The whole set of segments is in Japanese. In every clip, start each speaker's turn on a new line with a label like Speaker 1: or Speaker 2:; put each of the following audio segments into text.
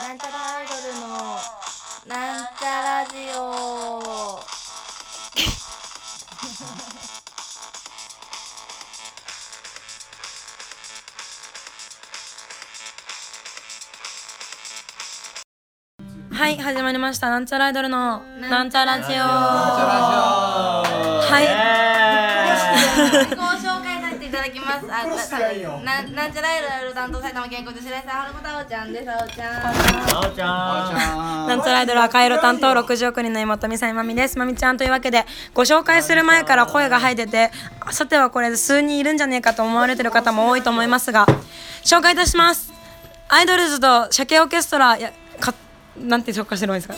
Speaker 1: なんちゃらアイドルのなんちゃラジオ
Speaker 2: はい始まりましたなんちゃらアイドルのなんちゃラジオはい
Speaker 1: 自 己紹介させていただきますあ
Speaker 3: 殺してやんよ
Speaker 1: ななんちゃらアイドル担当埼玉健康女子大生春子太おちゃんですあおちゃん
Speaker 4: なおちゃん。
Speaker 2: なんちゃらアイドル赤色担当60億人の妹美沙まみですまみちゃんというわけでご紹介する前から声が入っててさてはこれ数人いるんじゃねえかと思われてる方も多いと思いますが紹介いたしますアイドルズと鮭オーケストラやかなんて紹介してるんですか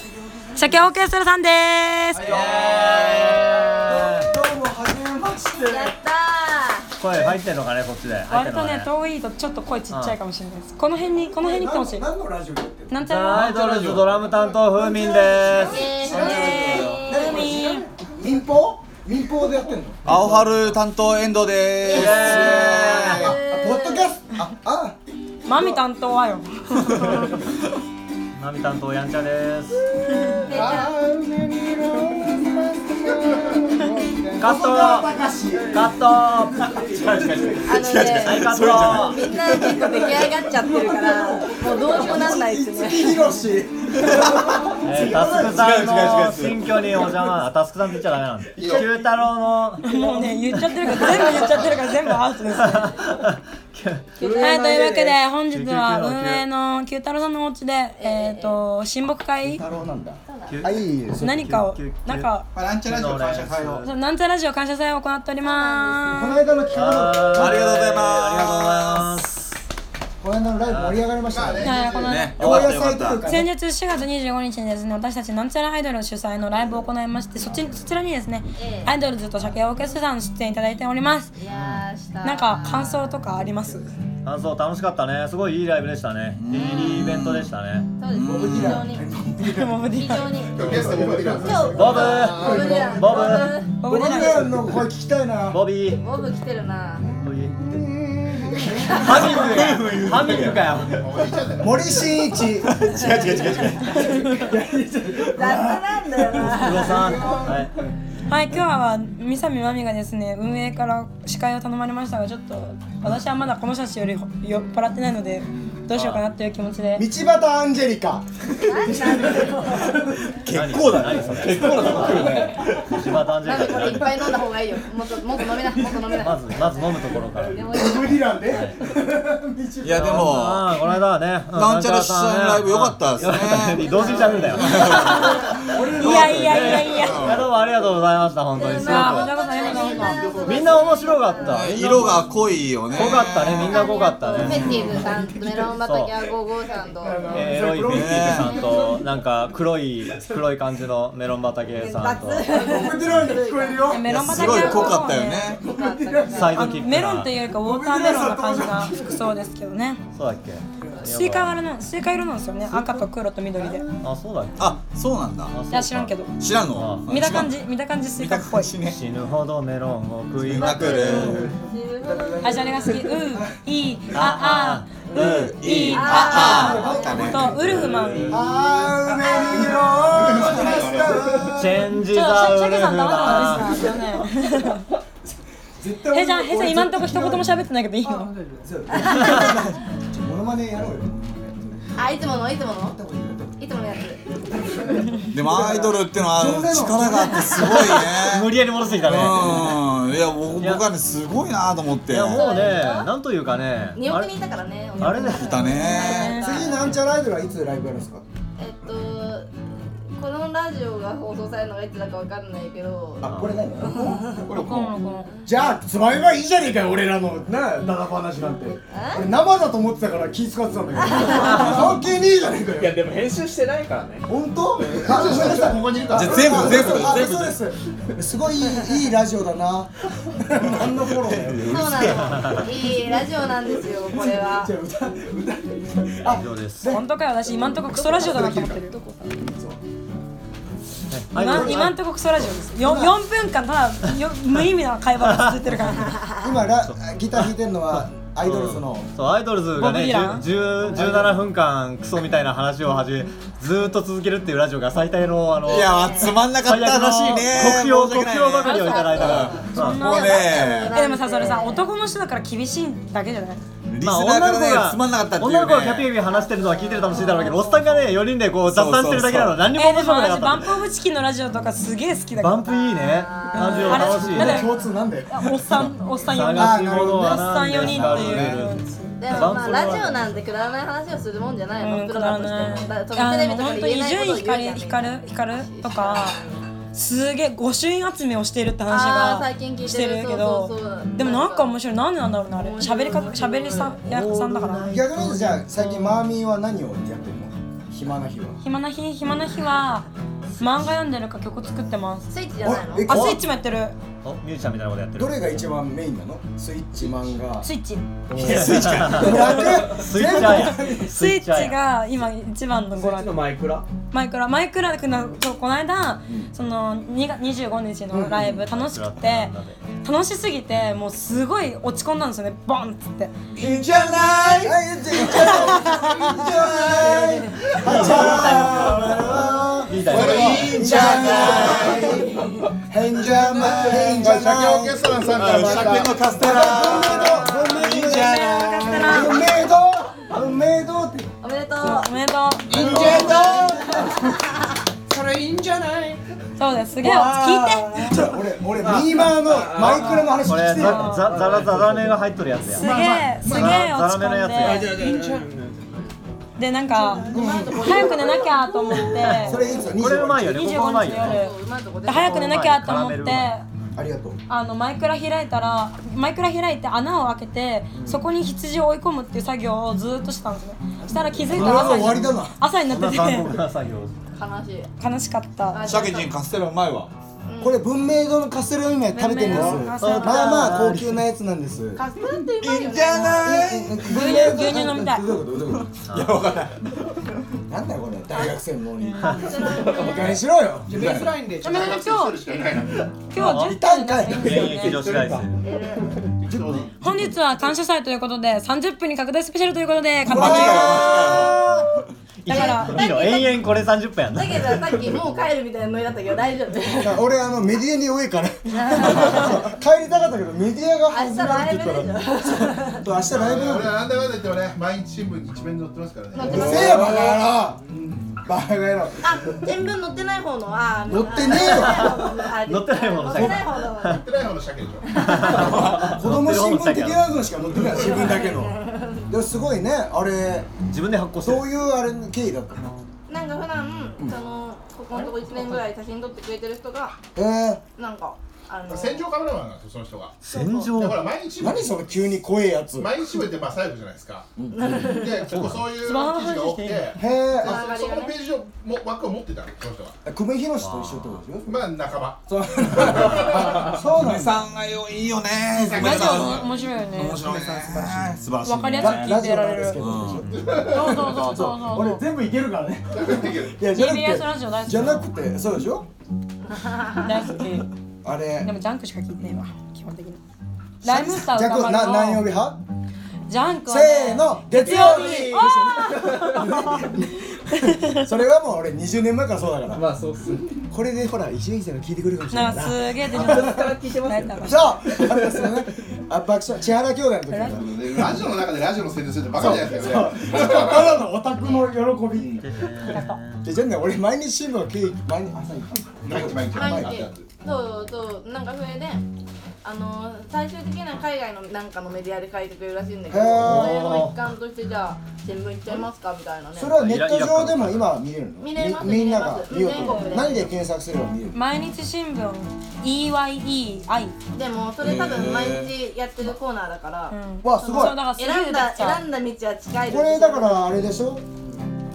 Speaker 2: 鮭オーケストラさんです
Speaker 3: どうもはじめまして
Speaker 1: やったー
Speaker 4: 声入ってんのかね、こっちで。入って
Speaker 2: 割
Speaker 4: んの
Speaker 2: と
Speaker 4: か
Speaker 2: ね
Speaker 4: ね。
Speaker 2: 遠いとちょっと声ちっちゃいかもしれないですこの辺にこの辺に来てほしい
Speaker 3: 何のラジオやってる
Speaker 2: なんちゃら
Speaker 4: アイドルズドラム担当風民です。
Speaker 1: えー
Speaker 3: 何これ知らん民放民放でやってんの
Speaker 5: 青春担当遠藤でーす。
Speaker 3: あポッドキャストああ
Speaker 2: マミ担当はよ
Speaker 4: ナミ担当やんちゃです。
Speaker 3: あ
Speaker 4: カット。
Speaker 3: 高し
Speaker 4: カット。
Speaker 1: あの
Speaker 4: は
Speaker 1: ね
Speaker 4: い、カット。
Speaker 1: みんな結構出来上がっちゃってるからもうどうにもなんないですね
Speaker 3: ひろし
Speaker 4: えー、タスクさんの
Speaker 5: 違う違う違う違
Speaker 4: 新居にお邪魔。あタスクさんって言っちゃダメなんで。九太 郎の。
Speaker 2: もうね言っちゃってるから全部言っちゃってるから全部アウトですねはいというわけで本日は運営の九太郎さんのお家でえっ、と親睦会
Speaker 3: 太郎なんだあいいよ
Speaker 2: 何かを
Speaker 4: 九九
Speaker 2: なんか
Speaker 3: ランチラジオ会社会を
Speaker 2: そうなんちゃらジオ感謝祭を行っており
Speaker 3: この
Speaker 2: ま
Speaker 3: 間の企画の
Speaker 4: あ
Speaker 5: ありがとうございます
Speaker 4: す。
Speaker 3: この間のライブ盛り上がりました
Speaker 2: すいやい
Speaker 3: ね
Speaker 2: やこの
Speaker 5: ね、よか
Speaker 3: 高
Speaker 5: った
Speaker 3: 野菜と
Speaker 5: よかっ
Speaker 3: いう
Speaker 5: た。
Speaker 3: か
Speaker 2: 先日4月25日にですね私たちなんちゃらアイドル主催のライブを行いましてそっちそちらにですねアイドルズと鮭オーケストラさん出演いただいております
Speaker 1: いやーした
Speaker 2: なんか感想とかあります
Speaker 4: 感想楽しかったね。すごいいいライブでしたね。いいイベントでしたね。
Speaker 1: そうですね非常に 非常に
Speaker 6: ゲストボブディラン
Speaker 1: 今日
Speaker 4: ボブ
Speaker 1: ボブだ
Speaker 4: ボブ
Speaker 3: ボブディランの声聞きたいな
Speaker 4: ボビー。
Speaker 1: ボブ来てるな
Speaker 4: ハミングやハミングかよ
Speaker 3: 森進一
Speaker 5: 違う違う違う違う。
Speaker 1: 雑なん だよ
Speaker 4: 久保
Speaker 1: な
Speaker 4: さんはい
Speaker 2: はい、今日は三上真美がですね運営から司会を頼まれましたがちょっと私はまだこの人たちより酔っ払ってないのでどうしようかなっていう気持ちで
Speaker 3: 道端アンジェリカ
Speaker 4: 結構だね結構だね島田アンジェ
Speaker 1: なんでこれ
Speaker 4: リカ
Speaker 1: いっぱい飲んだ方がいいよもっともっと飲みなもっと飲みな
Speaker 4: まずまず飲むところから
Speaker 1: で
Speaker 4: い
Speaker 1: もいいよ
Speaker 3: ボブディランで
Speaker 5: いやでも、
Speaker 4: この間はねう
Speaker 5: なんちゃら主催のライブ良かったですね
Speaker 4: 良かった同時にしゃべんだよ
Speaker 2: いやいやいやいや
Speaker 4: いやどうもありがとうございました本当にす
Speaker 2: あこ
Speaker 4: ご
Speaker 2: ちらこそありがとうございます
Speaker 4: くみんな面白かった
Speaker 5: ね色が濃いよね。
Speaker 4: 濃かったねみんな濃かった
Speaker 1: フェ
Speaker 4: ね
Speaker 1: ッティーズさんメロン畑はゴーゴーさんと
Speaker 4: えーエロいフェッティさんとなんか黒い黒い感じのメロン畑さんと
Speaker 3: ボブディランが聞こえるよ
Speaker 2: メロン
Speaker 5: す
Speaker 2: 畑
Speaker 5: ごい
Speaker 2: は
Speaker 5: 濃かったよね。
Speaker 4: サイ
Speaker 2: あ
Speaker 4: ド
Speaker 2: の
Speaker 4: キック
Speaker 2: メロンと
Speaker 4: う
Speaker 2: いうよりかウォーターメロンな感じが服装ですけどね
Speaker 4: そうだっけ
Speaker 2: スイカ柄のスイカ色なんですよね赤と黒と緑でい
Speaker 4: あそうだっけ
Speaker 5: あ、そうなんだ。
Speaker 4: あそうか
Speaker 2: や知らんけど
Speaker 5: 知らんの？
Speaker 2: 見た感じ見た感じスイカっぽい
Speaker 5: 知らんね。
Speaker 4: 死ぬほどメロンを食い
Speaker 5: な
Speaker 4: ま
Speaker 5: く
Speaker 4: く
Speaker 5: る。
Speaker 4: る
Speaker 2: あじゃれが好きうーいいああうーいいあ
Speaker 5: ああ。だね。
Speaker 2: あとウルフマン
Speaker 3: あー梅に色を
Speaker 4: チェンジ
Speaker 2: ちょっと
Speaker 4: ザウ
Speaker 2: シャ
Speaker 4: ル
Speaker 2: ケ
Speaker 4: フ
Speaker 2: さん黙
Speaker 4: だ
Speaker 2: ってもらっていいですかね
Speaker 3: 絶
Speaker 2: へ
Speaker 3: 対
Speaker 2: いちゃん、へいちゃん、今んとこ一言も喋ってないけどいいの
Speaker 3: ちょモノマネやろうよ
Speaker 1: あいつものいつものいつものやつ
Speaker 5: でもアイドルってのは力があってすごいね。
Speaker 4: 無理やり戻してきたね
Speaker 5: うん。いや僕僕はねすごいなと思って。
Speaker 4: いやもうねなんというかね
Speaker 1: 2
Speaker 4: あ
Speaker 1: 億
Speaker 4: れ
Speaker 1: 人いたからね
Speaker 4: あれだよ
Speaker 5: いたね。
Speaker 3: 次なんちゃらアイドルはいつライブやるんですか
Speaker 1: えっとこのラジオが放送されるのがいつだかわかんないけど
Speaker 3: あこれ何
Speaker 2: このこの
Speaker 3: じゃあつまみばいいじゃねえかよ俺らのなあダダ話なんて俺生だと思ってたから気使ってたんだけ ど関係ねえじゃねえかよいやでも 編集してないからね本当編集してない人はここにいるから
Speaker 5: じゃあ全部全部
Speaker 3: あ
Speaker 5: 全部
Speaker 3: そうですすごいいいいいラジオだな何のフォローだよ
Speaker 1: そうなのいいラジオなんですよこれは
Speaker 3: じゃあ歌歌
Speaker 4: 以上です
Speaker 2: 本当かよ、私今んとこクソラジオだなと思ってる
Speaker 4: はいどう
Speaker 2: 今
Speaker 4: ぞ
Speaker 2: 今んとこクソラジオですよ4分間ただよ無意味な会話が続いてるから
Speaker 3: 今ラギター弾いてるのはアイドルズ の
Speaker 4: そうアイドルズが
Speaker 2: ボブ
Speaker 4: ね
Speaker 2: ディラン
Speaker 4: 10 10 17分間クソみたいな話を始めずーっと続けるっていうラジオが最大のあの
Speaker 5: いやつまんなかった話ね
Speaker 4: 国評
Speaker 5: 申し
Speaker 4: 国
Speaker 5: 訳ないね
Speaker 4: 評ばかりをいただいたから、うん
Speaker 5: もうね
Speaker 2: えでもさそれさ男の人だから厳しいだけじゃない
Speaker 5: リス
Speaker 4: まあ
Speaker 5: ナーからねつまんなかったっていうね
Speaker 4: 女の子がキャピキャピ話してるのは聞いてる楽しいだろうけどおっさんがね4人でこう雑談してるだけなの何にも
Speaker 2: え
Speaker 4: 面
Speaker 2: で
Speaker 4: 白
Speaker 2: も
Speaker 4: くなか
Speaker 2: 私
Speaker 4: った
Speaker 2: バ
Speaker 4: ん
Speaker 2: ン
Speaker 4: だ
Speaker 2: プオブチキンのラジオとかすげえ好きだか
Speaker 4: バ
Speaker 2: ら
Speaker 4: ンプいいねラジオ楽しい
Speaker 2: あれ
Speaker 4: ね
Speaker 3: 共通なんで
Speaker 2: おっさんおっさん4人
Speaker 4: 探し物は
Speaker 2: おっさん4
Speaker 4: 何です
Speaker 2: 人
Speaker 4: か
Speaker 2: っていう
Speaker 1: でもまあラジオなんてくだらない話をするもんじゃない
Speaker 2: うん
Speaker 1: の
Speaker 2: く
Speaker 1: プロだ
Speaker 2: だら
Speaker 1: と
Speaker 2: ない
Speaker 1: してもだ
Speaker 2: い
Speaker 1: から
Speaker 2: や
Speaker 1: テ
Speaker 2: で
Speaker 1: レ
Speaker 2: も
Speaker 1: ビとか
Speaker 2: 本
Speaker 1: で
Speaker 2: 当
Speaker 1: 言
Speaker 2: に
Speaker 1: え
Speaker 2: 伊
Speaker 1: ない
Speaker 2: 集
Speaker 1: こと
Speaker 2: 院
Speaker 1: を
Speaker 2: 光
Speaker 1: 言う
Speaker 2: 光
Speaker 1: じゃん
Speaker 2: 光とかすげえ御朱印集めをしているって話
Speaker 1: あー
Speaker 2: が
Speaker 1: 最近聞いてる
Speaker 2: してるけ
Speaker 1: そ
Speaker 2: ど
Speaker 1: うそうそう
Speaker 2: でもなんか面白いなんでなんだろうなあれ喋りか喋りさやさんだから
Speaker 3: 逆にじゃあ最近マーミーは何をやってるの暇な日は
Speaker 2: 暇な日暇な日は漫画読んでるか曲作ってます
Speaker 1: スイッチじゃないの
Speaker 3: え
Speaker 2: あスイッチもやってる
Speaker 4: おミュージシャンみたいなことやってる
Speaker 3: どれが一番メインなのスイッチ漫画
Speaker 2: スイッチ
Speaker 4: スイッチか
Speaker 3: 逆
Speaker 4: スイッチャーや
Speaker 2: スイッチ
Speaker 4: ャーや
Speaker 2: が今一番のご覧
Speaker 6: のマイクラ
Speaker 2: マイクラマイクラくんのそうこの間、そのにが25日のライブ楽しくて楽しすぎてもうすごい落ち込んだんですよねボンっつって
Speaker 3: いいんじゃないいいんじゃないいい
Speaker 4: い
Speaker 3: んじゃない
Speaker 4: いだよ
Speaker 3: いいんじゃない変じゃない変じゃない
Speaker 7: オーケストラさんか
Speaker 5: あ
Speaker 7: ら
Speaker 5: 100円のカステラ
Speaker 3: いいん
Speaker 5: じゃ
Speaker 2: よかったな
Speaker 3: 運命堂運命堂って
Speaker 1: おめでとう
Speaker 2: おめでとう
Speaker 6: それいいんじゃない
Speaker 2: そうですすげえ聞いて
Speaker 3: ちょ俺俺ミーマーのマイクラの話
Speaker 4: これ
Speaker 3: 聞い
Speaker 4: ザ
Speaker 3: てよ
Speaker 4: ザザラザラメが入っとるやつや
Speaker 2: すげえすげえ落ち
Speaker 4: ザラメのやつ
Speaker 2: 込ん
Speaker 4: や
Speaker 2: ででなんか早く寝なきゃと思って
Speaker 3: それいいですよ
Speaker 4: これうまい
Speaker 3: 25
Speaker 4: よねここ
Speaker 2: 25日
Speaker 4: うまいよ
Speaker 2: の
Speaker 4: ね
Speaker 2: 夜
Speaker 1: うまいとこで
Speaker 2: で早く寝なきゃと思って
Speaker 4: うまい
Speaker 3: ありがとう
Speaker 2: あのマイクラ開いたらマイクラ開いて穴を開けて、そこに羊を追い込むっていう作業をずーっとしてたんですねしたら気づいたら
Speaker 3: うわ終わ
Speaker 2: 朝に
Speaker 3: りだな
Speaker 2: 朝に
Speaker 4: こんな
Speaker 2: な
Speaker 4: 残
Speaker 2: って
Speaker 4: 酷な作業
Speaker 1: 悲しい
Speaker 2: て悲しかった
Speaker 5: シャケジンカステラうまいわ
Speaker 3: これ文明堂のカステラ梅食べてるんで
Speaker 2: 文明
Speaker 3: す
Speaker 2: 堂のカステ
Speaker 3: ま
Speaker 2: ラ
Speaker 3: あまあ高級なやつなんです
Speaker 1: カステラってうまいよね
Speaker 3: 牛乳
Speaker 2: 牛乳飲みたい
Speaker 3: どういうことどういうこといやわかんないなんだよこれ大学生の脳に
Speaker 1: カステラってうまいよ
Speaker 3: お金しろよ
Speaker 6: ベースラインでちょっ
Speaker 2: 今日今日10分だったんですよ
Speaker 4: 現役
Speaker 2: ね
Speaker 4: 女子大生
Speaker 2: 本日は感謝祭ということで30分に拡大スペシャルということで勝
Speaker 5: マジ
Speaker 2: 手
Speaker 5: かよ
Speaker 2: に
Speaker 4: いいよ延々これ30分やんな
Speaker 1: だけどさっきもう帰るみたいなノリだったけど大丈夫
Speaker 3: 俺あのメディアに弱いから帰りたかったけどメディアが
Speaker 1: 明
Speaker 3: 始
Speaker 1: 日
Speaker 3: まるっ
Speaker 1: ライ
Speaker 3: て
Speaker 1: ブ
Speaker 3: 言っ
Speaker 1: で
Speaker 3: たら
Speaker 1: しょ
Speaker 3: そう明日ライブ
Speaker 7: 俺
Speaker 3: なんだよ
Speaker 7: なんだかんだ言ってもね毎日新聞に一面に載ってますからね
Speaker 3: うるせえよバカ野郎バカ野郎
Speaker 1: あ、新聞載ってない方のあ
Speaker 3: 載ってねえよ
Speaker 1: よ
Speaker 4: 載ってない方の
Speaker 1: 載ってない方の
Speaker 7: やってない方の鮭でしょ
Speaker 3: 子供新聞的なのしか載ってない自分だけの でもすごいねあれ
Speaker 4: 自分で発行してる
Speaker 3: そういうあれの経緯だったの
Speaker 1: なんか普段そのここのとこ1年ぐらい写真撮ってくれてる人が
Speaker 3: えー
Speaker 1: なんかあの
Speaker 7: 戦場カメラマンなんですよその人が
Speaker 4: 戦
Speaker 7: でほ
Speaker 4: 場
Speaker 7: ら毎日新聞
Speaker 3: 何その急に怖えやつへ
Speaker 7: 毎日新聞ってまあ最後じゃないですかで結構そういう記事が多くて
Speaker 3: え
Speaker 7: そ
Speaker 3: あ
Speaker 7: のそのページをも枠を持ってたのその人が
Speaker 3: 久米宏と一緒ってことでしょ
Speaker 7: まあ仲間
Speaker 3: そうそうなん
Speaker 5: 梅
Speaker 3: だ
Speaker 5: さんがよいいよね梅
Speaker 2: ラジ
Speaker 5: さ
Speaker 2: オ
Speaker 5: ん
Speaker 2: 面白いよね
Speaker 5: 面白いね素晴らしいね
Speaker 2: わかりやすく
Speaker 3: ラ
Speaker 2: 聞
Speaker 3: ラ
Speaker 2: いて
Speaker 3: ジオ
Speaker 2: ら
Speaker 3: なん
Speaker 2: れ
Speaker 3: で
Speaker 2: る
Speaker 3: すけ
Speaker 2: そう
Speaker 3: どでしょ
Speaker 2: そうそうそうそう
Speaker 3: 俺全部いけるからねいやじゃなく
Speaker 2: TBS
Speaker 3: て
Speaker 2: ラジオ大好き
Speaker 3: じゃなくてそうでしょ
Speaker 2: 大好き
Speaker 3: あれ
Speaker 2: でもジャンクしか聞いてないわ基本的にライムスター
Speaker 3: じゃあ
Speaker 2: 歌
Speaker 3: これな何
Speaker 2: 丸の
Speaker 3: 曜日派
Speaker 2: ジャンクはね
Speaker 3: せーの月曜日 それはもう俺20年前からそうだから
Speaker 6: まあそうっすね
Speaker 3: これでほら一年生の聞いてくれるかもしれな
Speaker 2: ないん
Speaker 3: な
Speaker 2: かすげえテンション
Speaker 6: から聞いてますよ
Speaker 2: 高い
Speaker 3: そうあれですよねあ爆笑千原兄弟の時だから
Speaker 7: でラジオの中でラジオの宣伝するってバカじゃないですかね
Speaker 3: ただのオタクの喜びでじゃあね俺毎日新聞は経営毎日朝行
Speaker 7: 毎日毎日
Speaker 1: 毎
Speaker 7: 毎
Speaker 1: 日
Speaker 7: 日
Speaker 1: そうそうなんかそれであの最終的には海外のなんかのメディアで書いてくれるらしいんだけど
Speaker 3: へ
Speaker 1: そ
Speaker 3: ー
Speaker 1: れの一環としてじゃあ新聞行っちゃいますかみたいなね
Speaker 3: それはネット上でも今見れるの
Speaker 1: 見れます
Speaker 3: みみんなが
Speaker 1: 見れます
Speaker 3: 見ようと
Speaker 1: 全国で
Speaker 3: 何で検索すれば見れる
Speaker 2: 毎日新聞 EYEI
Speaker 1: でもそれ多分毎日やってるコーナーだから、
Speaker 2: うん
Speaker 3: わすごい
Speaker 2: そうだからすげえ
Speaker 1: 選んだ
Speaker 2: さ
Speaker 1: 選んだ道は近い
Speaker 3: これだからあれでしょ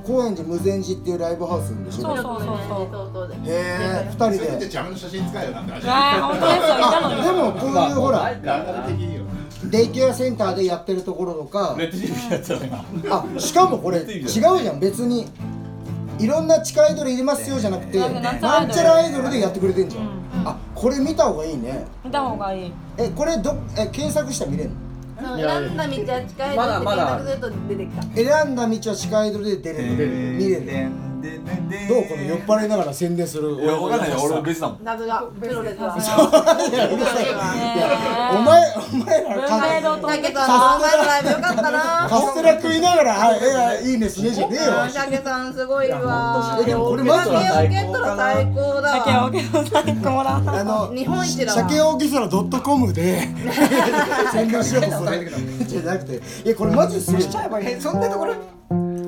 Speaker 3: 高円寺無禅寺っていうライブハウスでしょ
Speaker 2: そう
Speaker 1: そうそうそうそうそうで
Speaker 3: へえ二
Speaker 7: せ
Speaker 3: 人
Speaker 7: めて
Speaker 3: で
Speaker 7: ジャムの写真使えよなんて話
Speaker 2: わあ本当ですよいたのに
Speaker 3: でもこういうほら
Speaker 7: ランダム的によ
Speaker 3: デイケアセンターでやってるところとか
Speaker 5: ネット準備やってたの今
Speaker 3: あしかもこれ違うじゃん別にいろんな地下アイドル入れますよじゃなくて
Speaker 2: なんかなんちゃら
Speaker 3: な
Speaker 2: アイドル
Speaker 3: んちゃらアイドルでやってくれてんじゃん、あこれ見た方がいいね
Speaker 2: 見た方がいい
Speaker 3: えこれどえ検索したら見れるの
Speaker 1: その選んだ道は近い
Speaker 8: まだまだ
Speaker 1: って検索すると出てきた
Speaker 3: 選んだ道は近いドルで出れる見れるねどうこの酔っ払いながら宣伝する
Speaker 5: いや、わかんないよ。俺も別だもん。
Speaker 1: 謎がプロレスは
Speaker 3: お前お前らカ
Speaker 2: 前の
Speaker 1: だけどあのお前のライブよかったな
Speaker 3: カステラ食いながらはいえらいいねしねじゃねえよ
Speaker 1: うんシャケさんすごいわ
Speaker 3: いやでも俺マジ
Speaker 1: シ
Speaker 3: で
Speaker 1: ャケを受けたら最高だ
Speaker 2: 酒を受けの最高だ
Speaker 3: あの
Speaker 1: 日本一だわ
Speaker 3: 鮭大きさのドットコムで宣伝しようそれじゃなくていやこれマジですごいじゃん
Speaker 6: えそんなところ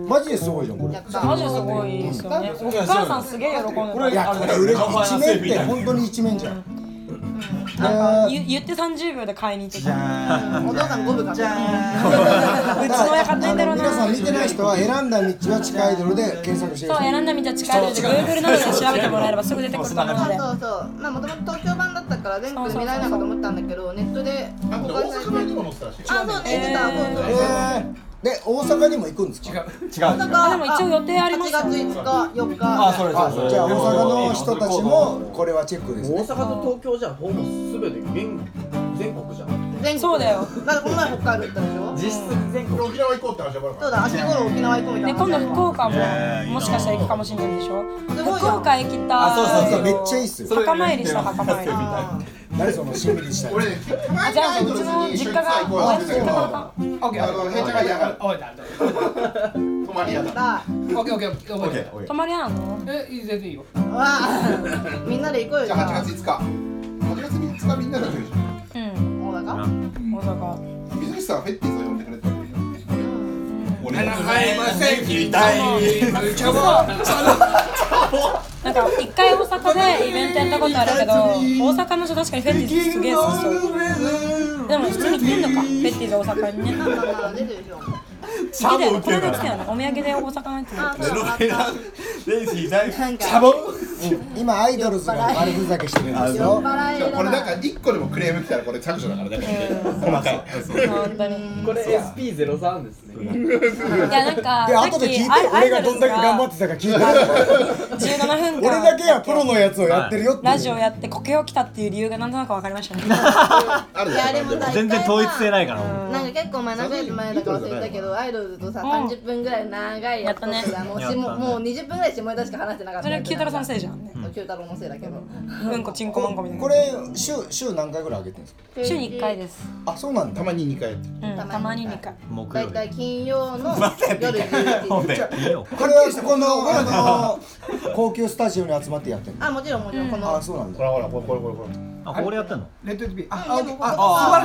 Speaker 3: マジですごいじゃんこれ
Speaker 1: やった
Speaker 2: マジすごいですよね。お母さんすげえ喜んでた。
Speaker 3: いやこれ嬉しい一面って本当に一面じゃん
Speaker 2: なんか言言って30秒で買いに行ってた。
Speaker 1: お父さん五分かじ
Speaker 2: うちの親買ってんだろうな
Speaker 3: 皆。さん見てない人は選んだ道は近いドルで検索し
Speaker 2: そ
Speaker 3: てくだ
Speaker 2: う
Speaker 3: さい
Speaker 2: 選んだ道は近いので Google などで調べてもらえればすぐ出てくると思うので。
Speaker 1: そうそうまあもともと東京版だったから全国で見られないかと思ったんだけどネットで
Speaker 7: なん
Speaker 1: 公
Speaker 7: か
Speaker 1: 開
Speaker 7: 大
Speaker 1: され
Speaker 7: 阪弁に
Speaker 1: て
Speaker 7: も載ってたらしいよ
Speaker 1: あそうね出たそうそう
Speaker 3: えーで大阪にも行くんですか
Speaker 4: 違う
Speaker 1: 大
Speaker 4: 違う
Speaker 1: 阪
Speaker 2: あでも一応予定ありますよ
Speaker 1: 8月5日4日
Speaker 4: あそれそれそれ
Speaker 3: じゃあ大阪の人たちもこれはチェックですね
Speaker 8: 大阪と東京じゃほぼすべて全全国じゃん
Speaker 1: 全国
Speaker 2: そうだよ
Speaker 1: だってこの前北海道行ったでしょ
Speaker 4: 実質全国
Speaker 7: 沖縄行こうって話はバラバラ
Speaker 1: そうだ明日頃沖縄行こうみたい
Speaker 2: で
Speaker 1: な
Speaker 2: 今度福岡も
Speaker 4: ねえ
Speaker 2: もしかしたら行くかもしれないでしょ。
Speaker 1: すごい
Speaker 2: 福
Speaker 1: よ
Speaker 2: 岡行きたい。
Speaker 5: あそうそう
Speaker 3: そうめっちゃいいっすよ
Speaker 2: 墓参りした墓参り。
Speaker 1: あ
Speaker 3: 何そのしんみりした
Speaker 7: 俺ね、
Speaker 2: あ
Speaker 7: 前
Speaker 2: じ
Speaker 7: の
Speaker 2: ゃ
Speaker 7: ア
Speaker 2: あ
Speaker 7: イ
Speaker 2: う
Speaker 7: ドル
Speaker 2: ち
Speaker 7: ズ
Speaker 2: の
Speaker 7: に一
Speaker 2: 実
Speaker 7: 緒に
Speaker 2: 家
Speaker 7: さ
Speaker 2: が
Speaker 7: 行こう
Speaker 2: 親
Speaker 7: って
Speaker 2: 父
Speaker 7: 言
Speaker 2: 実家
Speaker 7: った
Speaker 2: があ
Speaker 7: け
Speaker 2: かん。
Speaker 6: オッケー
Speaker 7: どあの、弊社が嫌がる
Speaker 6: おいだ
Speaker 7: 泊まりやだ
Speaker 1: ー
Speaker 6: オ
Speaker 1: だ
Speaker 6: ッケーオッケーオッケーオッケー
Speaker 2: 泊まりなの？
Speaker 6: えいい全然いいよ
Speaker 1: わあみんなで行こうよ
Speaker 7: じゃあ8月5日8月5日みんなで来るでし
Speaker 2: うん
Speaker 1: 大阪
Speaker 2: 大阪。
Speaker 7: ょ水口さんはフェッティーズを呼んでくれてたんだよね
Speaker 5: 俺も
Speaker 2: なんか一回大阪でイベントやったことあるけど大阪の人確かにフェッティーズすげえ好きそうでも普通に来てんのかフェッティーズ大阪にね
Speaker 1: まあまあまあ出てるでしょ
Speaker 2: 好きだよこれで来たよねお土産で大阪のやつ
Speaker 1: あ
Speaker 2: も
Speaker 1: そうだなんか
Speaker 3: 今アイドルズが悪ふざけしてるんですよ
Speaker 1: 笑え
Speaker 7: し
Speaker 1: る
Speaker 7: かもこれなんか1個でもクレーム来たらこれ削除だからね細かい
Speaker 2: 本当に
Speaker 8: これ SP03 ですね
Speaker 2: いやなんか
Speaker 3: で
Speaker 2: さ
Speaker 3: 後
Speaker 2: っ
Speaker 3: で聞い
Speaker 2: き
Speaker 3: て
Speaker 2: ア
Speaker 3: 俺
Speaker 2: イ
Speaker 3: が
Speaker 2: アイド
Speaker 3: ど
Speaker 2: ル
Speaker 3: ん
Speaker 2: ズ
Speaker 3: だけ頑張
Speaker 2: が
Speaker 3: ってたか聞いて
Speaker 2: 17分間
Speaker 3: 俺だけはプロのやつをやってるよっていう
Speaker 2: ラジオやってコケを来たっていう理由がなんとなく分かりま したね
Speaker 7: ある
Speaker 1: い
Speaker 7: でし
Speaker 1: やでも
Speaker 7: ょ
Speaker 1: さ
Speaker 4: 全然統一性
Speaker 1: い
Speaker 4: ないから
Speaker 1: なんか結構前何ヶ月前だか忘れたけどアイドルズとさ
Speaker 2: ん
Speaker 1: 30分ぐらい長いやつと
Speaker 2: やっ
Speaker 1: かもうしもうもう20分ぐらい下ネタしか話してなかった
Speaker 2: それは九太郎さんのせいじゃんね
Speaker 1: そう九太郎のせいだけど
Speaker 2: うんこちんこまんこみたい
Speaker 3: こ
Speaker 2: な
Speaker 3: れ週週何回ぐらい上げてるんですか
Speaker 2: 週に1回です
Speaker 3: あそうなん
Speaker 7: た
Speaker 3: だ
Speaker 7: まに2回やってる
Speaker 2: うんたまに2回
Speaker 4: 木
Speaker 1: だ
Speaker 4: 曜
Speaker 1: いた
Speaker 4: 日
Speaker 1: い金曜の夜11時
Speaker 4: いいよ
Speaker 3: これはここのあの高級スタジオに集まってやってる
Speaker 1: あもちろんもちろんこの
Speaker 3: あそうなん
Speaker 7: ほ
Speaker 3: だ
Speaker 7: らほらこれこれこれこれ
Speaker 4: あこれやってんの
Speaker 6: レッド TV あ
Speaker 1: あでも
Speaker 6: あ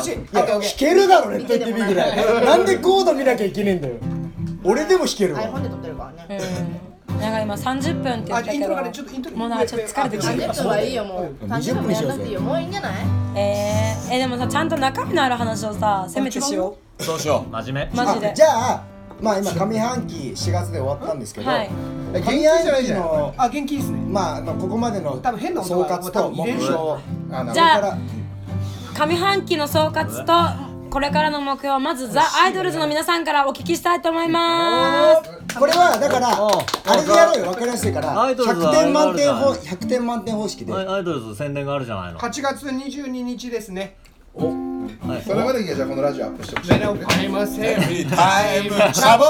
Speaker 6: 素晴らしい
Speaker 3: いや弾けるだろレッド TV ぐらいなんでコード見なきゃいけねえんだよ俺でも弾けるわ
Speaker 1: iPhone で撮ってるからね
Speaker 2: うんなんか今30分って言
Speaker 6: あ
Speaker 2: った
Speaker 6: イントロから
Speaker 2: け
Speaker 6: ちょっ
Speaker 2: ど
Speaker 6: とイントロ
Speaker 2: もうなんかちょっと疲れてきた
Speaker 1: 30分はいいよもう30分もやんなくていいよもういいんじゃない
Speaker 2: えー、えでもさちゃんと中身のある話をさせめてしよ
Speaker 5: そうしよ
Speaker 4: 真面
Speaker 2: う
Speaker 4: 目
Speaker 2: マジ
Speaker 3: あ
Speaker 2: で
Speaker 3: じゃあまあ今上半期4月で終わったんですけど、
Speaker 2: はい
Speaker 7: え
Speaker 3: 上
Speaker 7: 元気じゃな
Speaker 3: 半
Speaker 7: い
Speaker 3: 期
Speaker 7: じゃん
Speaker 3: の
Speaker 6: あ元気いいっすね
Speaker 3: まああのここまでの
Speaker 6: 多分変な音
Speaker 3: 総
Speaker 6: が
Speaker 3: 括と
Speaker 6: 多分
Speaker 3: 目
Speaker 6: 入れる
Speaker 3: 標
Speaker 6: よ
Speaker 7: あな
Speaker 2: じ
Speaker 7: る
Speaker 2: ゃ
Speaker 7: ほ
Speaker 3: か
Speaker 2: あ
Speaker 3: ら
Speaker 2: 上半期の総括とこれからの目標まずザ・アイドルズの皆さんからお聞きしたいと思います
Speaker 3: これはだから
Speaker 4: うん
Speaker 3: あれでやろうよ分かりやすいから
Speaker 4: アイドルズ
Speaker 3: 100
Speaker 4: は
Speaker 3: 点満点
Speaker 4: あれがあ
Speaker 3: 方
Speaker 4: るか
Speaker 3: 100点満点方式で
Speaker 4: アイアイドルズ宣伝があるじゃないの
Speaker 6: 8月22日ですね
Speaker 4: はい
Speaker 7: どそれまでにはじゃあこのラジオアップしてほしい
Speaker 6: 目の買いません
Speaker 5: う。タイムチャボ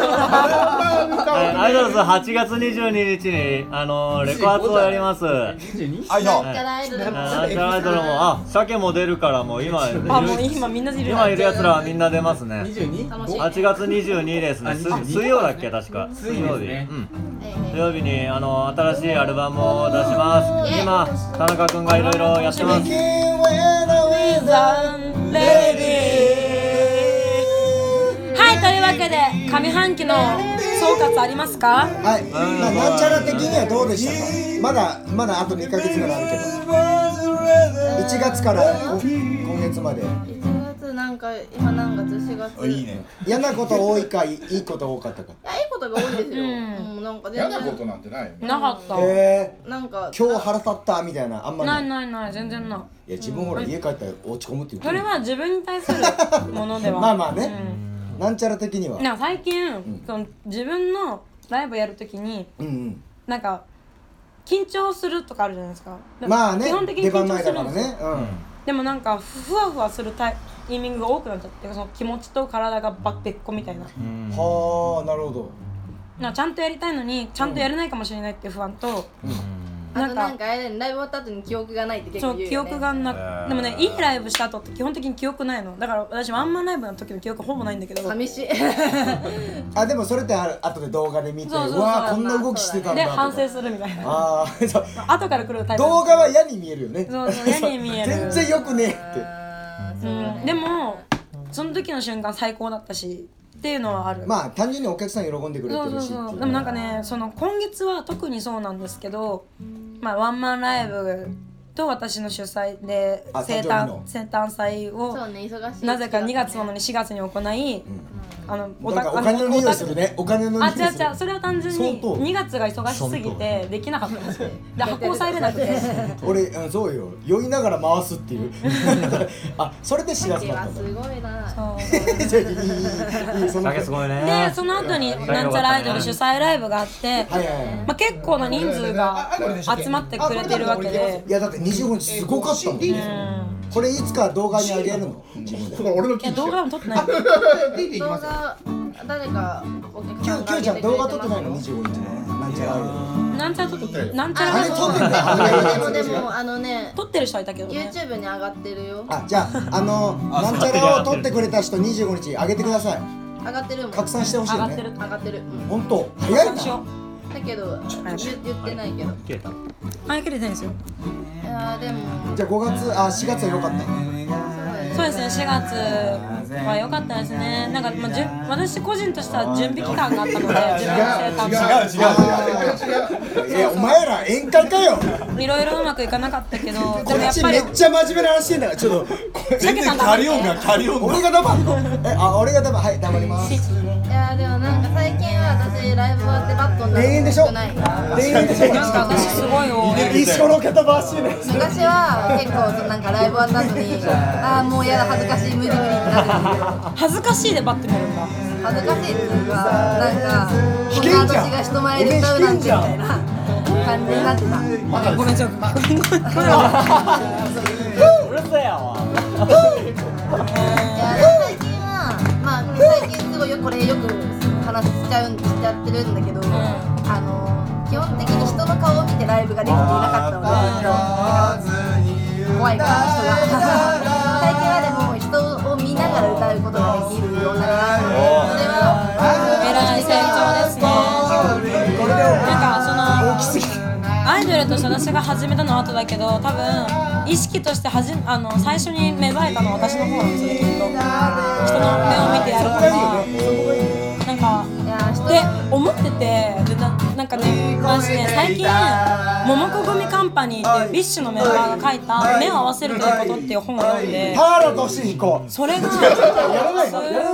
Speaker 4: はいアイドルズ8月22日にあのレコアツをやります
Speaker 5: あ、いや。
Speaker 1: じゃあアイドルズ
Speaker 4: あアイドルもあ鮭も出るからもう今いる
Speaker 2: あもう今みんないる
Speaker 4: 今いるやつらはみんな出ますね
Speaker 8: 22?
Speaker 1: 楽しい
Speaker 4: 8月22ですねす
Speaker 8: あ22
Speaker 4: 水曜だっけ確か
Speaker 8: 水
Speaker 4: 水
Speaker 8: 曜
Speaker 4: 曜
Speaker 8: で
Speaker 4: 日
Speaker 8: すね
Speaker 4: うん
Speaker 1: え
Speaker 4: 土曜日にあの新しいアルバムを出します今田中君がいろいろやってます
Speaker 2: はいというわけで上半期の総括ありますか
Speaker 3: はい、まあ、なんちゃら的にはどうでしたかまだまだあと2ヶ月ぐらいあるけど1月からこ今月まで
Speaker 1: え1月なんか今何月4月
Speaker 5: いいね。
Speaker 3: 嫌なこと多いかいいいこと多かったか
Speaker 1: いやいいことが多いですよ、
Speaker 2: う
Speaker 1: うんん、なんか全
Speaker 7: 嫌なこと
Speaker 1: 然
Speaker 7: なんてないよね
Speaker 2: なかった
Speaker 3: へえ
Speaker 1: なんか
Speaker 3: 今日腹立ったみたいなあんま
Speaker 2: ない
Speaker 3: ない
Speaker 2: ないない全然ない
Speaker 3: いや自分ほら家帰ったら落ち込むって言って
Speaker 2: そ
Speaker 3: る
Speaker 2: れは自分に対するものでは
Speaker 3: まあまあね
Speaker 2: うん
Speaker 3: なんちゃら的には
Speaker 2: なんか最近、その自分のライブやるときに
Speaker 3: うんうん
Speaker 2: なんか緊張するとかあるじゃないですかでも
Speaker 3: まあね
Speaker 2: 基本的に
Speaker 3: 出
Speaker 2: 緊
Speaker 3: 番
Speaker 2: 張
Speaker 3: 前
Speaker 2: す
Speaker 3: だ
Speaker 2: る
Speaker 3: か
Speaker 2: んで
Speaker 3: ら
Speaker 2: すよ
Speaker 3: ねうん
Speaker 2: でもなんかふわふわするタイイミングが多くなっちゃってその気持ちと体がばっべっこみたいな
Speaker 9: はあなるほど
Speaker 2: なんかちゃんとやりたいのにちゃんとやれないかもしれないっていう不安と、
Speaker 1: あ
Speaker 2: な
Speaker 1: と
Speaker 2: ん
Speaker 1: な
Speaker 2: か
Speaker 1: んかあれだよねライブ終わった後に記憶がないって結
Speaker 2: そ
Speaker 1: 構
Speaker 2: う
Speaker 1: 言う
Speaker 2: 記
Speaker 1: よね
Speaker 2: 憶がなでもねいいライブした後って基本的に記憶ないのだから私ワンマンライブの時の記憶ほぼないんだけど
Speaker 1: 寂しい
Speaker 3: あでもそれってある後で動画で見て
Speaker 2: そうそうそう
Speaker 3: うわあこんな動きしてたん
Speaker 2: で
Speaker 3: だ
Speaker 2: 反
Speaker 3: とか
Speaker 2: 省するみたいな
Speaker 3: ああそう
Speaker 2: 後から来るタイプ
Speaker 3: 動画は嫌に見えるよね
Speaker 2: そうそう嫌に見える
Speaker 3: 全然よくねえって
Speaker 2: うんでもその時の瞬間最高だったしっていうのはある
Speaker 3: まあ単純にお客さん喜んでくれて
Speaker 2: そうそ
Speaker 3: る
Speaker 2: う
Speaker 3: しってい
Speaker 2: そうでもなんかねその今月は特にそうなんですけど、まあ、ワンマンライブと私の主催で
Speaker 3: あ
Speaker 2: 生
Speaker 3: 誕生日
Speaker 2: 誕
Speaker 3: の
Speaker 2: 生誕祭 を
Speaker 1: そうね忙しい
Speaker 2: なぜか2月なのに4月に行い、あの
Speaker 3: なんかお金の
Speaker 2: あ
Speaker 3: 匂いするねお金の
Speaker 2: あ
Speaker 3: 匂い
Speaker 2: 違う
Speaker 3: す
Speaker 2: 違
Speaker 3: る
Speaker 2: うそれは単純に
Speaker 3: 相当
Speaker 2: 2月が忙しすぎてできなかったんですよ で箱を押さえれなくて
Speaker 3: 俺うんそうよ酔いながら回すっ ていうあそれで知ら
Speaker 1: う
Speaker 3: せ
Speaker 1: ち
Speaker 3: だった
Speaker 1: は
Speaker 3: ん
Speaker 1: す
Speaker 3: だ
Speaker 1: ごいな
Speaker 2: そう
Speaker 3: いやいいいいいいその
Speaker 4: 酒すごいね
Speaker 2: でその後になんちゃらアイドル主催ライブがあって、
Speaker 3: はいはいはい
Speaker 2: まあ、結構な人数が集まってくれてるわけで
Speaker 3: いやだって25日すごかったもん、
Speaker 10: えー
Speaker 3: うんこれいつか動画に上げるの自分で
Speaker 7: これ俺の
Speaker 2: いや動画も撮ってない
Speaker 10: 出ていき
Speaker 1: 動
Speaker 10: ます
Speaker 1: 画誰かお客
Speaker 3: き
Speaker 1: さ
Speaker 3: ゅ
Speaker 1: ん
Speaker 3: きゅ
Speaker 1: が
Speaker 3: うちゃん動画撮ってない
Speaker 1: あ
Speaker 3: の25日のなんちゃらアイドル
Speaker 2: なんちゃら撮ってなんちゃ
Speaker 3: あれ
Speaker 2: ら
Speaker 3: 撮ってんだよ
Speaker 1: あでもでもでもあのね
Speaker 2: 撮ってる人はいたけどね
Speaker 1: YouTube に上がってるよ
Speaker 3: あじゃああのなんちゃらを撮ってくれた人25日上げてください
Speaker 1: 上がってるもん
Speaker 3: 拡散してほしい
Speaker 2: 上
Speaker 3: よ
Speaker 2: がって
Speaker 3: ね
Speaker 2: る
Speaker 1: 上がってる、うん
Speaker 3: 本当早い
Speaker 2: どうしよ
Speaker 3: な
Speaker 2: う
Speaker 1: だけど言言ってないけど
Speaker 4: 切れた
Speaker 2: あ切れてないですよ
Speaker 1: いやーでも
Speaker 3: じゃあ5月あ4月は良かった
Speaker 2: そうですね、4月は良かったですね。なんか、まあ、じゅ私個人としては準備期間があ ったので、自分の生活
Speaker 3: えお前ら宴会かよ
Speaker 2: いろいろうまくいかなかったけど、で
Speaker 3: こ
Speaker 2: もや
Speaker 3: っ
Speaker 2: っ
Speaker 3: ち
Speaker 2: ぱり
Speaker 3: めっちゃ真面目な話してんだからちょっとこれ
Speaker 2: 全然カリオンが
Speaker 3: 仮音俺が黙るのえあ俺が黙るはい黙ります
Speaker 1: いやーでもなんか最近は私ライブ終わってバットにな
Speaker 3: 永遠でしょ
Speaker 1: 少ないな
Speaker 3: 恋愛でしょ
Speaker 2: なんか私 すごい多い。
Speaker 3: 一緒の方ばっしりです
Speaker 1: 昔は結構なんかライブ終わった後 にああもうやだ恥ずかしい無理無理ってなるん
Speaker 2: 恥ずかしいでバッてなるんだ。
Speaker 1: だけど恥ずかしいっていうかなんか
Speaker 3: 弾
Speaker 1: こ
Speaker 3: け
Speaker 1: ん
Speaker 3: ん
Speaker 1: な
Speaker 3: じゃん
Speaker 1: 私が人前で歌うなんてみたいな感じになってた
Speaker 2: ごめん、ちょっと。
Speaker 4: うるせえやわ
Speaker 1: いや最近はまあ最近すごいよこれよく話しちゃうんしちゃってるんだけど、あの基本的に人の顔を見てライブができていなかったので怖いから人が最近はでも人を見ながら歌うことができるようになりましたのでそれは
Speaker 2: 偉い成長ですね。なんか、その。アイドルとして私が始めたのは後だけど多分意識としてはじあの最初に芽生えたのは私の方なんですよねきっと人の目を見てやるとかなんか
Speaker 1: いや人
Speaker 2: って思っててでななんかね私ね最近「桃子組カンパニー」っていうビッシュのメンバーが書いた「目を合わせるということ」っていう本を読んで
Speaker 3: パーラとシーコ
Speaker 2: それがす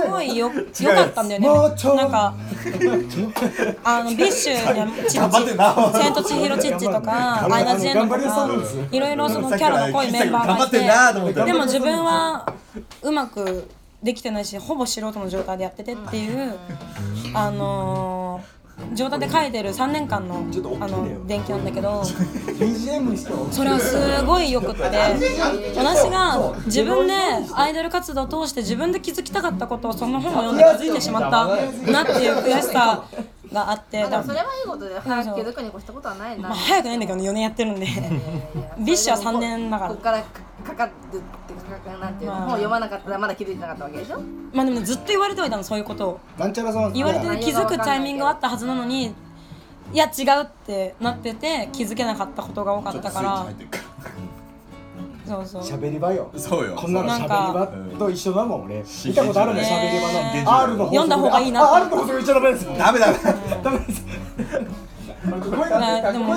Speaker 2: ごいよ良かったんだよね
Speaker 3: もうちょい
Speaker 2: なんかあのビッシュやチッ
Speaker 3: 頑張ってな
Speaker 2: チ千と千尋チッチとかアイナ・ジ・エンドと
Speaker 3: 頑張れ
Speaker 2: か
Speaker 3: そうです
Speaker 2: いろいろそのキャラの濃いメンバーがいて
Speaker 3: 頑張ってなと思って
Speaker 2: でも自分はうまくできてないしほぼ素人の状態でやっててっていうあのー状態で書いてる3年間のあの電気なんだけど
Speaker 3: BGM しても
Speaker 2: それはすごいよくって私が自分でアイドル活動を通して自分で気づきたかったことをその本を読んで気づいてしまったなっていう悔しさがあって
Speaker 1: あでもそれはいいことだよ早く気づくに越したことはないな、
Speaker 2: まあ、早くないんだけどね4年やってるんでビッシュは3年だか
Speaker 1: こ
Speaker 2: ら
Speaker 1: こからかかってってかかなんていうの、もう読まなかったらまだ気づいてなかったわけでしょ
Speaker 2: まあでもねずっと言われてはいたのそういうことを
Speaker 3: なんちゃらさんは
Speaker 2: 言われて気づくタイミングはあったはずなのにいや違うってなってて気づけなかったことが多かったからそうそう
Speaker 3: 喋り場よ
Speaker 5: そうよ
Speaker 3: こんなの喋り場と一緒だもん俺見たことあるもん
Speaker 2: ね
Speaker 3: 喋り場の
Speaker 2: ね
Speaker 3: R の法則
Speaker 2: 読んだ方がいいな
Speaker 3: ああ R の法則言っちゃダメです
Speaker 5: ダメダメ
Speaker 3: ダメです
Speaker 2: まあでも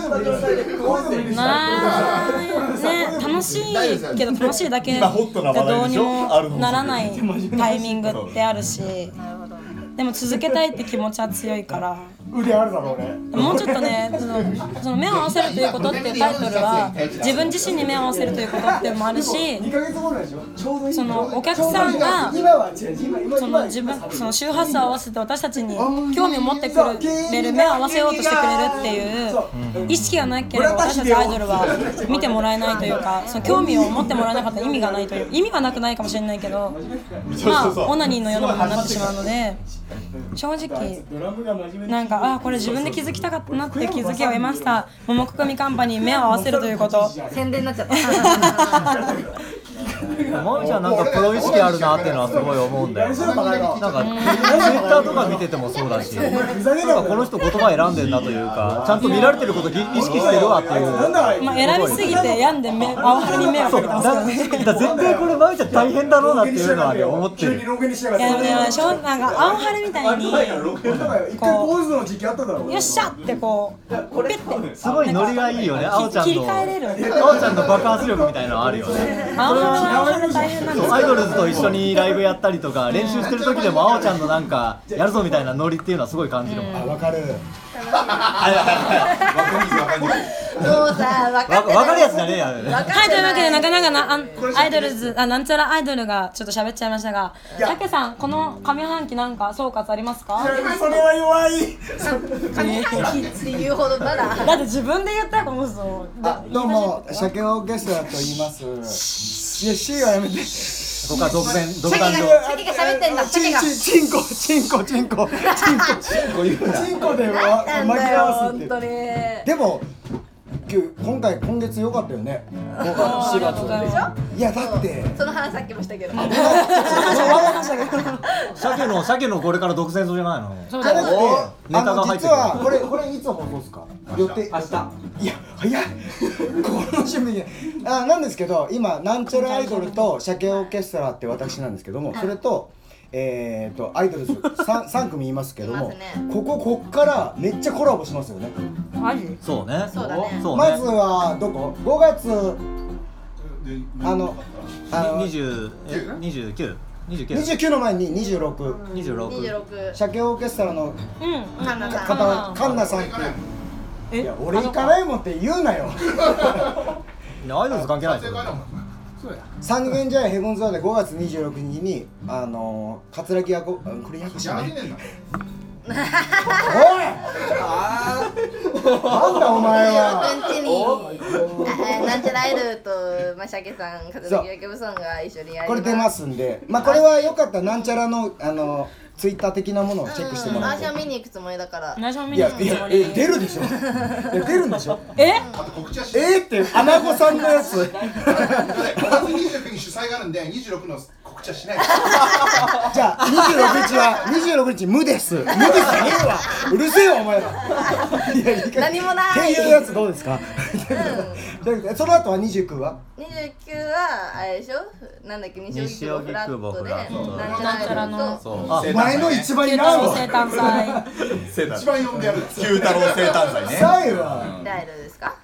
Speaker 2: なーね楽しいけど楽しいだけじゃどうにもならないタイミングってあるし
Speaker 1: なるほど
Speaker 2: でも続けたいって気持ちは強いから
Speaker 11: 腕あるだろ俺
Speaker 2: もうちょっとねそのその目を合わせるということっていうタイトルは自分自身に目を合わせるということっていうのもあるし
Speaker 11: 2ヶ月後なんでしょちょうどいい
Speaker 2: そのお客さんが
Speaker 11: 今は違う今今
Speaker 2: その自分その周波数を合わせて私たちに興味を持ってくれる目を合わせようとしてくれるっていう意識がなければ私たちアイドルは見てもらえないというかその興味を持ってもらえなかったら意味がないという意味がなくないかもしれないけどまあオナニーのようなものになってしまうので正直
Speaker 11: ドラムが真面目
Speaker 2: なんかあこれ自分で気づきたかったなって気づきを得ましたももくみカンパニー目を合わせるということ
Speaker 1: 宣伝になっちゃった。
Speaker 4: まみちゃんなんかプロ意識あるなっていうのはすごい思うんだよ
Speaker 11: 何しろ
Speaker 4: なんか
Speaker 11: かないか
Speaker 4: ツイッターとか見ててもそうだし
Speaker 11: ふざけん
Speaker 4: な
Speaker 11: なん
Speaker 4: かこの人言葉選んでんなというかちゃんと見られてること意識してるわっていう
Speaker 11: なんだあいつ
Speaker 2: まあ選びすぎて病んで目青春に目をかけてますけどね
Speaker 4: だだ絶対これまみちゃん大変だろうなっていうのはね思って
Speaker 11: 急に
Speaker 4: る
Speaker 11: ロケにしやがっ
Speaker 2: い
Speaker 11: て
Speaker 2: やでもね、しょうなんか、アンハルみたいに、よ
Speaker 11: 一回ポーズの時期あっただろ俺
Speaker 2: っしゃってこう、ペッて、
Speaker 4: すごいノリがいいよねあおちゃん
Speaker 2: 切り
Speaker 4: の
Speaker 2: 替えれる。
Speaker 4: あおちゃんの爆発力みたいなのあるよね
Speaker 2: アンハルは大変なんで
Speaker 4: そうアイドルズと一緒にライブやったりとか練習してる時でもあおちゃんのなんかやるぞみたいなノリっていうのはすごい感じるもん
Speaker 3: わかる
Speaker 1: もうさ、分か
Speaker 4: わ
Speaker 1: って
Speaker 4: わかるやつじゃねえや
Speaker 2: す。はい、というわけで、なかなかな、あんアイドルズ、あ、なんちゃらアイドルがちょっと喋っちゃいましたが、たけさん、この上半期なんか総括ありますか
Speaker 11: それは弱い
Speaker 1: 上半期っていうほどまだ。
Speaker 2: だって自分で言ったらこの人、
Speaker 3: あどうも鮭をゲストだと言いますいや C はやめて
Speaker 4: 僕は独占独
Speaker 1: 鮭が、
Speaker 4: 断上
Speaker 1: 鮭が喋ってんだ、鮭が。
Speaker 3: チンコチンコチンコチンコチンコ言うな
Speaker 11: チンコでは
Speaker 1: なん
Speaker 11: 紛
Speaker 1: だ
Speaker 11: ら
Speaker 1: よ、
Speaker 11: わすってい
Speaker 1: 本
Speaker 11: う
Speaker 1: 当に。
Speaker 3: でも今日今回今月良かったよね
Speaker 2: ありがとうございます。
Speaker 3: いやだって
Speaker 1: その話さっきもしたけど。
Speaker 4: 鮭の鮭のこれから独占するじゃないの
Speaker 3: じゃなくて
Speaker 4: ネタ
Speaker 3: あ
Speaker 4: が
Speaker 3: の
Speaker 4: 入ってく
Speaker 3: 実
Speaker 4: る
Speaker 3: はこれこれいつ放送ですか予定明日いや早いこの準備であなんですけど今なんちゃらアイドルと鮭オーケストラって私なんですけどもそれとえー、とアイドルズ 3, 三組いますけども
Speaker 1: いますね
Speaker 3: こここっからめっちゃコラボしますよね
Speaker 4: そうね
Speaker 1: そうだね
Speaker 4: そう
Speaker 3: ま
Speaker 4: ね
Speaker 3: ずはどこ5月あのあの
Speaker 4: 二十二十九二十九
Speaker 3: 29の前に26
Speaker 4: 二十六
Speaker 1: 二十六。
Speaker 3: 鮭オーケストラの
Speaker 2: うん。
Speaker 1: カンナさん。
Speaker 3: 方はカンナさんっていう
Speaker 2: え
Speaker 3: いや俺行かないもんって言うなよ
Speaker 4: アイドルズ関係ないですよ
Speaker 3: 三軒茶屋ヘブンズアで5月26日にあのー、桂木やこあこれやこしゃねおいなんだお前は
Speaker 1: 自分家にあ なんちゃらアイドルと、まあ、シャケさん、風崎明夫さんが一緒にやり
Speaker 3: これ出ますんでまあこれはよかったらなんちゃらのあのツイッター的なものをチェックしてもらっ
Speaker 1: うん
Speaker 3: て
Speaker 1: 私は見に行くつもりだから。
Speaker 2: 内緒見に
Speaker 3: い
Speaker 2: 行
Speaker 3: や
Speaker 2: く
Speaker 3: い
Speaker 2: つ
Speaker 3: や
Speaker 2: もり
Speaker 3: え。出るでしょいや出るんでしょ
Speaker 2: え
Speaker 7: 告知はしない
Speaker 3: えー、ってアナゴさんのやつ
Speaker 7: 5月29に主催があるんで26の告知はしないです
Speaker 3: じゃあ26日は26日無です無ですねえわうるせえわお前らいやいいか
Speaker 1: 何もない
Speaker 3: っていうやつどうですか、でその後は29は
Speaker 1: 二十九はあれでしょ？なんだっけ西荻窪フラットで
Speaker 7: 西荻窪フラット
Speaker 1: なんちゃらの
Speaker 4: そうあ
Speaker 3: お前の一番い
Speaker 2: 生
Speaker 3: らんわ
Speaker 2: 誕祭。
Speaker 7: 一番呼んでやる
Speaker 5: 九太郎生誕祭ね
Speaker 3: 臭いわ
Speaker 1: ダイルですか？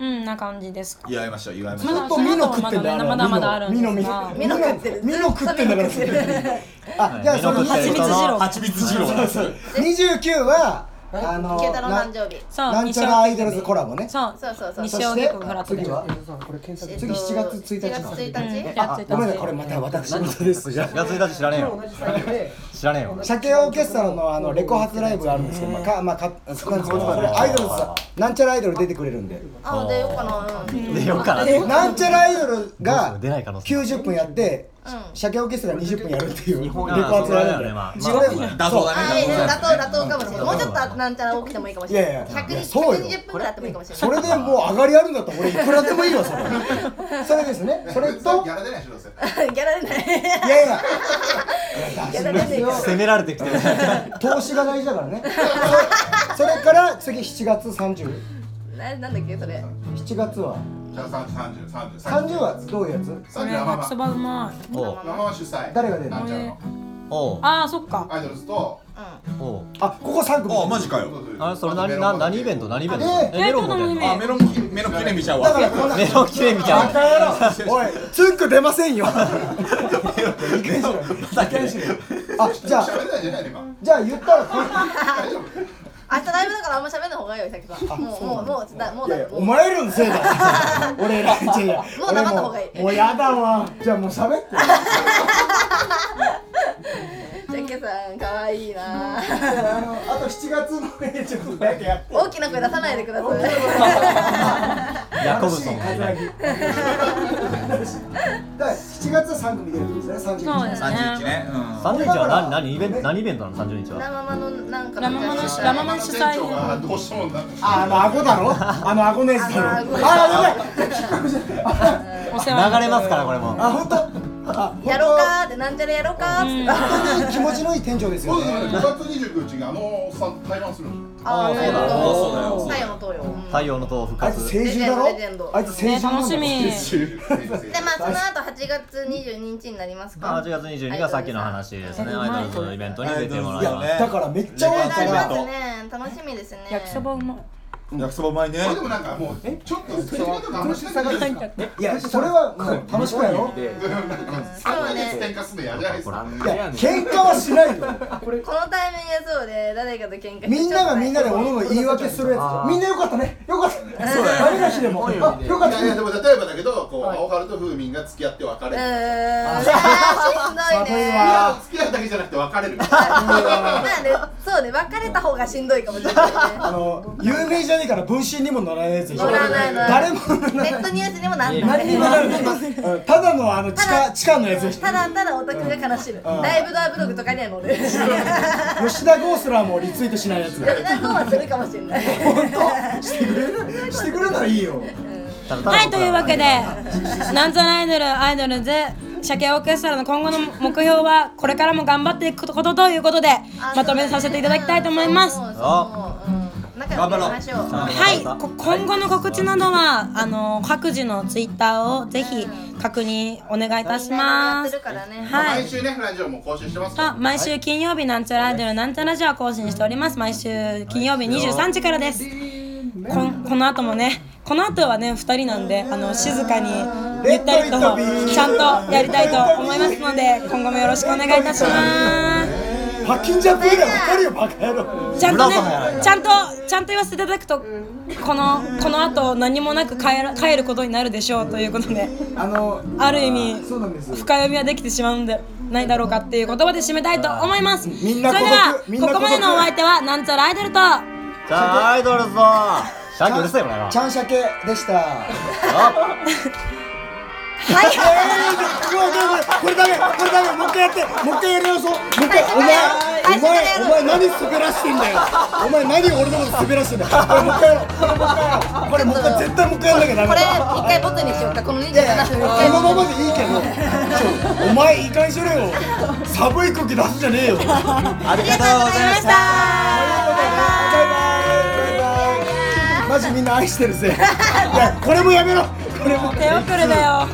Speaker 2: うん、な感じですか。
Speaker 5: 祝いましょう祝いまし
Speaker 2: ま
Speaker 5: ょう
Speaker 2: だ
Speaker 3: とミノ食ってんだよ
Speaker 2: まだまだあるんです
Speaker 3: ミノミ
Speaker 2: が
Speaker 3: ノ。ミノミノミノ食ってんだからあじゃあその
Speaker 4: ミノ食っ
Speaker 2: 蜂蜜
Speaker 4: てる
Speaker 2: 二郎。
Speaker 5: 蜂蜜二郎
Speaker 3: 29はあの
Speaker 1: ケイタロウ誕生日。
Speaker 2: そう、
Speaker 3: なんちゃらアイドルズコラボね
Speaker 2: そう、
Speaker 1: そうそうそう。
Speaker 2: 西
Speaker 3: そ
Speaker 2: 荻
Speaker 3: して
Speaker 2: 窪フラットで
Speaker 3: 次は
Speaker 1: えっと
Speaker 3: 次7月1日
Speaker 1: 7月1日。
Speaker 3: あごめんなさいこれまた私事ですが
Speaker 4: やついたち知らねえよ知らねえよ
Speaker 3: 鮭オーケストラのあのレコ発ライブがあるんですけど、まあ、かまあかそこなんですけどこれアイドルさなんちゃらアイドル出てくれるんで
Speaker 1: あでようかな。うん
Speaker 4: でよかな
Speaker 3: でなんちゃらアイドルが
Speaker 4: 出ない可能性
Speaker 3: 90分やって
Speaker 1: うん
Speaker 3: 鮭オーケストラが20分やるっていうレコ
Speaker 4: 本
Speaker 3: 発ライブで
Speaker 4: まあ
Speaker 3: それそう
Speaker 5: だそうだ
Speaker 1: あ
Speaker 5: ね
Speaker 1: え妥当妥当かもしれない。もうちょっとなんちゃら多くてもいいかもしれない
Speaker 3: やい。や
Speaker 1: 百
Speaker 3: いや
Speaker 1: 二十
Speaker 3: そうよ
Speaker 1: 分ぐらいあってもいいかもしれない。
Speaker 3: それでもう上がりあるんだったら俺いくらでもいいよそれ それですねそれとい
Speaker 7: ギャラ出ないでしょどうせ
Speaker 1: ギャラで ね。
Speaker 3: やいや
Speaker 1: ギャラでね。
Speaker 4: 責められてきてる
Speaker 3: 投資が大事だからねそれそれから次7月30
Speaker 1: ななんだっけそれ。
Speaker 3: 7月は
Speaker 7: じゃあ30 30
Speaker 3: 30はどういうやつ
Speaker 2: これ
Speaker 7: 30はマ
Speaker 2: 焼
Speaker 7: マ
Speaker 2: きそばうまい。
Speaker 4: おう
Speaker 7: ママは主催
Speaker 3: 誰が出るの
Speaker 7: なんちゃらの
Speaker 4: おう
Speaker 2: ああ、そっか。
Speaker 7: アイドルズと
Speaker 4: おう
Speaker 3: あここ3組
Speaker 5: あマジかよ
Speaker 4: あれそれ何何何イベント何イベント
Speaker 3: え
Speaker 4: えメロンも出る
Speaker 5: あメロンメロン記念日ちゃうわ
Speaker 3: だからこんな
Speaker 4: メロン記念み たいな
Speaker 3: おい、ツンク出ませんよ。
Speaker 5: だけ
Speaker 3: あじゃあ
Speaker 7: 喋れないんじゃないの今
Speaker 3: じゃあ言ったらこ
Speaker 7: 大丈夫
Speaker 1: 明日ライブだからあんま喋んない方がいいよ、さっきは。もう、もう、もう、だもう
Speaker 3: いやい
Speaker 1: だ
Speaker 3: や、お前らのせいだ俺らいやいや
Speaker 1: もう黙った方がいい
Speaker 3: 俺ももうやだわじゃあもう喋って
Speaker 1: ジャッケさん、かわいいな
Speaker 3: あのあと7月のねちょっとだけやって
Speaker 1: 大きな声出さないでください。
Speaker 4: ヤコブソンがいない
Speaker 3: 楽しい風邪だから7月は3組出るってことですね30日
Speaker 2: そうです
Speaker 5: 三十日
Speaker 2: ね。
Speaker 5: ね。うん。
Speaker 4: 30日は何何イベント何イベントなの30日
Speaker 1: ラ
Speaker 4: は
Speaker 1: ママの、なんか。
Speaker 2: ラママの
Speaker 1: 主
Speaker 2: ラママの主催
Speaker 7: 店長がどうしてもなんか
Speaker 3: ああの顎だろあの顎のやつだろ
Speaker 1: あの顎
Speaker 3: あーやばい聞こえちゃった
Speaker 2: お世話にな
Speaker 4: 流れますからこれも
Speaker 3: あ本当あ
Speaker 1: やろうかーって、なんちゃらやろうかーって。
Speaker 3: 本当に気持ちのいい店長です
Speaker 7: そ
Speaker 3: よ
Speaker 7: うですね
Speaker 3: ね
Speaker 7: 5月29日にあのおっさん対談するんですよ
Speaker 1: あ
Speaker 4: あ
Speaker 1: あ、
Speaker 4: ーそうだ
Speaker 1: そうだよ。太陽の塔よ。うん
Speaker 4: 太陽の塔復
Speaker 3: あいつ
Speaker 4: 活
Speaker 3: 成獣だ
Speaker 1: レジェンドレジェン
Speaker 3: ろ
Speaker 1: ド
Speaker 3: あいつ成獣なんだろ
Speaker 2: ね楽し
Speaker 3: 成獣
Speaker 1: で、まあ、その後8月22日になりますか。
Speaker 4: 8月22日がさっきの話ですね
Speaker 2: えう
Speaker 4: ア
Speaker 2: まい
Speaker 4: イドルズのイベントに出てもらい
Speaker 5: い
Speaker 4: ます
Speaker 5: や
Speaker 3: だからめっちゃ多い
Speaker 1: あ
Speaker 3: か
Speaker 1: ります
Speaker 3: ら
Speaker 1: ね。楽しみですね。
Speaker 2: 焼きそばうまい。
Speaker 5: 焼きそばうまいね。
Speaker 7: まあでもなんかもうちょっとそれことかあんましなく ないですか
Speaker 3: いやそれはもう楽しくやろ
Speaker 7: 3ヶ月喧嘩すんのやじゃないですか
Speaker 3: いや喧嘩はしないよ
Speaker 1: このタイミングがそうで、誰かと喧嘩して
Speaker 3: みんながみんなで
Speaker 1: ちょっ
Speaker 3: お
Speaker 1: と
Speaker 3: のの言い訳するやつみんなよかったねよかったダメだしでもあよかっ
Speaker 7: い
Speaker 3: た
Speaker 7: やい
Speaker 3: ね
Speaker 7: やでも例えばだけどこう青春と風民が付き合って別
Speaker 1: う
Speaker 7: れる
Speaker 1: ーん。しんどいね。
Speaker 7: あ付き合うだけじゃなくて別れる
Speaker 1: なんで、そうね、別れた方がしんどいかもしれないね。
Speaker 3: あの有名じゃねえから分身にも乗らないやつでしょ
Speaker 1: 乗らない乗らない
Speaker 3: 誰も乗らない
Speaker 1: ネットニュースにもなんな
Speaker 3: 何にもならないうんただのあの地下地下のやつでしょ
Speaker 1: ただただオタクが悲しむ。ライブドアブログとかには載る。吉
Speaker 3: 吉田ゴースラーもリツイートしないやつ
Speaker 1: 田君はするかもしれない。
Speaker 3: してくれるしてくれるならいいよ
Speaker 4: ただただ
Speaker 2: はい、というわけで、なんざらアイドル、アイドルズ、鮭オーケストラの今後の目標は、これからも頑張っていくことということで、まとめさせていただきたいと思います。
Speaker 1: そう
Speaker 2: は
Speaker 1: そうそううん仲良くいきましょう。
Speaker 2: い、こ今後の告知などは、あの各自のツイッターをぜひ確認お願いいたし
Speaker 1: や
Speaker 2: ま
Speaker 1: って
Speaker 2: す
Speaker 1: る。からね。
Speaker 2: は
Speaker 7: 毎
Speaker 2: い。
Speaker 7: 週ねラジオも更新してますから
Speaker 2: あ毎週金曜日なんちゃらアイドルなんちゃらラジオを更新しております毎週金曜日23時からですこんこの後もねこの後はね2人なんであの静かにゆったりとちゃんとやりたいと思いますので今後もよろしくお願いいたします
Speaker 3: パッキンジャップ以来わかるよバカ野郎
Speaker 2: ちゃんとね
Speaker 4: 村岡もやらない
Speaker 2: ちゃんとちゃんと言わせていただくとこのこの後何もなく帰ら帰ることになるでしょうということで
Speaker 3: あの
Speaker 2: ある意味
Speaker 3: そうなんです
Speaker 2: 深読みはできてしまうんでないだろうかっていう言葉で締めたいと思います
Speaker 3: みんな
Speaker 2: それで
Speaker 3: 孤独みん
Speaker 2: はここ
Speaker 3: な孤独
Speaker 2: までのお相手はなんちゃらアイドルと
Speaker 4: じゃあアイドルズださっきうるせえこれは
Speaker 3: ちゃんしゃけでしたうわうわうわこれダメこれダメもう一回やってもう一回やり直そうもう一回お前お前お前何滑らしてんだよお前何俺のこと滑らしてんだよこれもう一回やろうこれもう一回やろうこれもう一回絶対もう一回やんなきゃダメ
Speaker 1: これ
Speaker 3: だ
Speaker 1: 一回ボツにしようか。この27分一
Speaker 3: こ
Speaker 1: 回
Speaker 3: のままでいいけどちょお前いいかんしろよ寒い空気出すんじゃねえよ
Speaker 4: ありがとうございました
Speaker 3: バイバイマジみんな愛してるぜいやこれもやめろこれも
Speaker 2: 手遅れだよ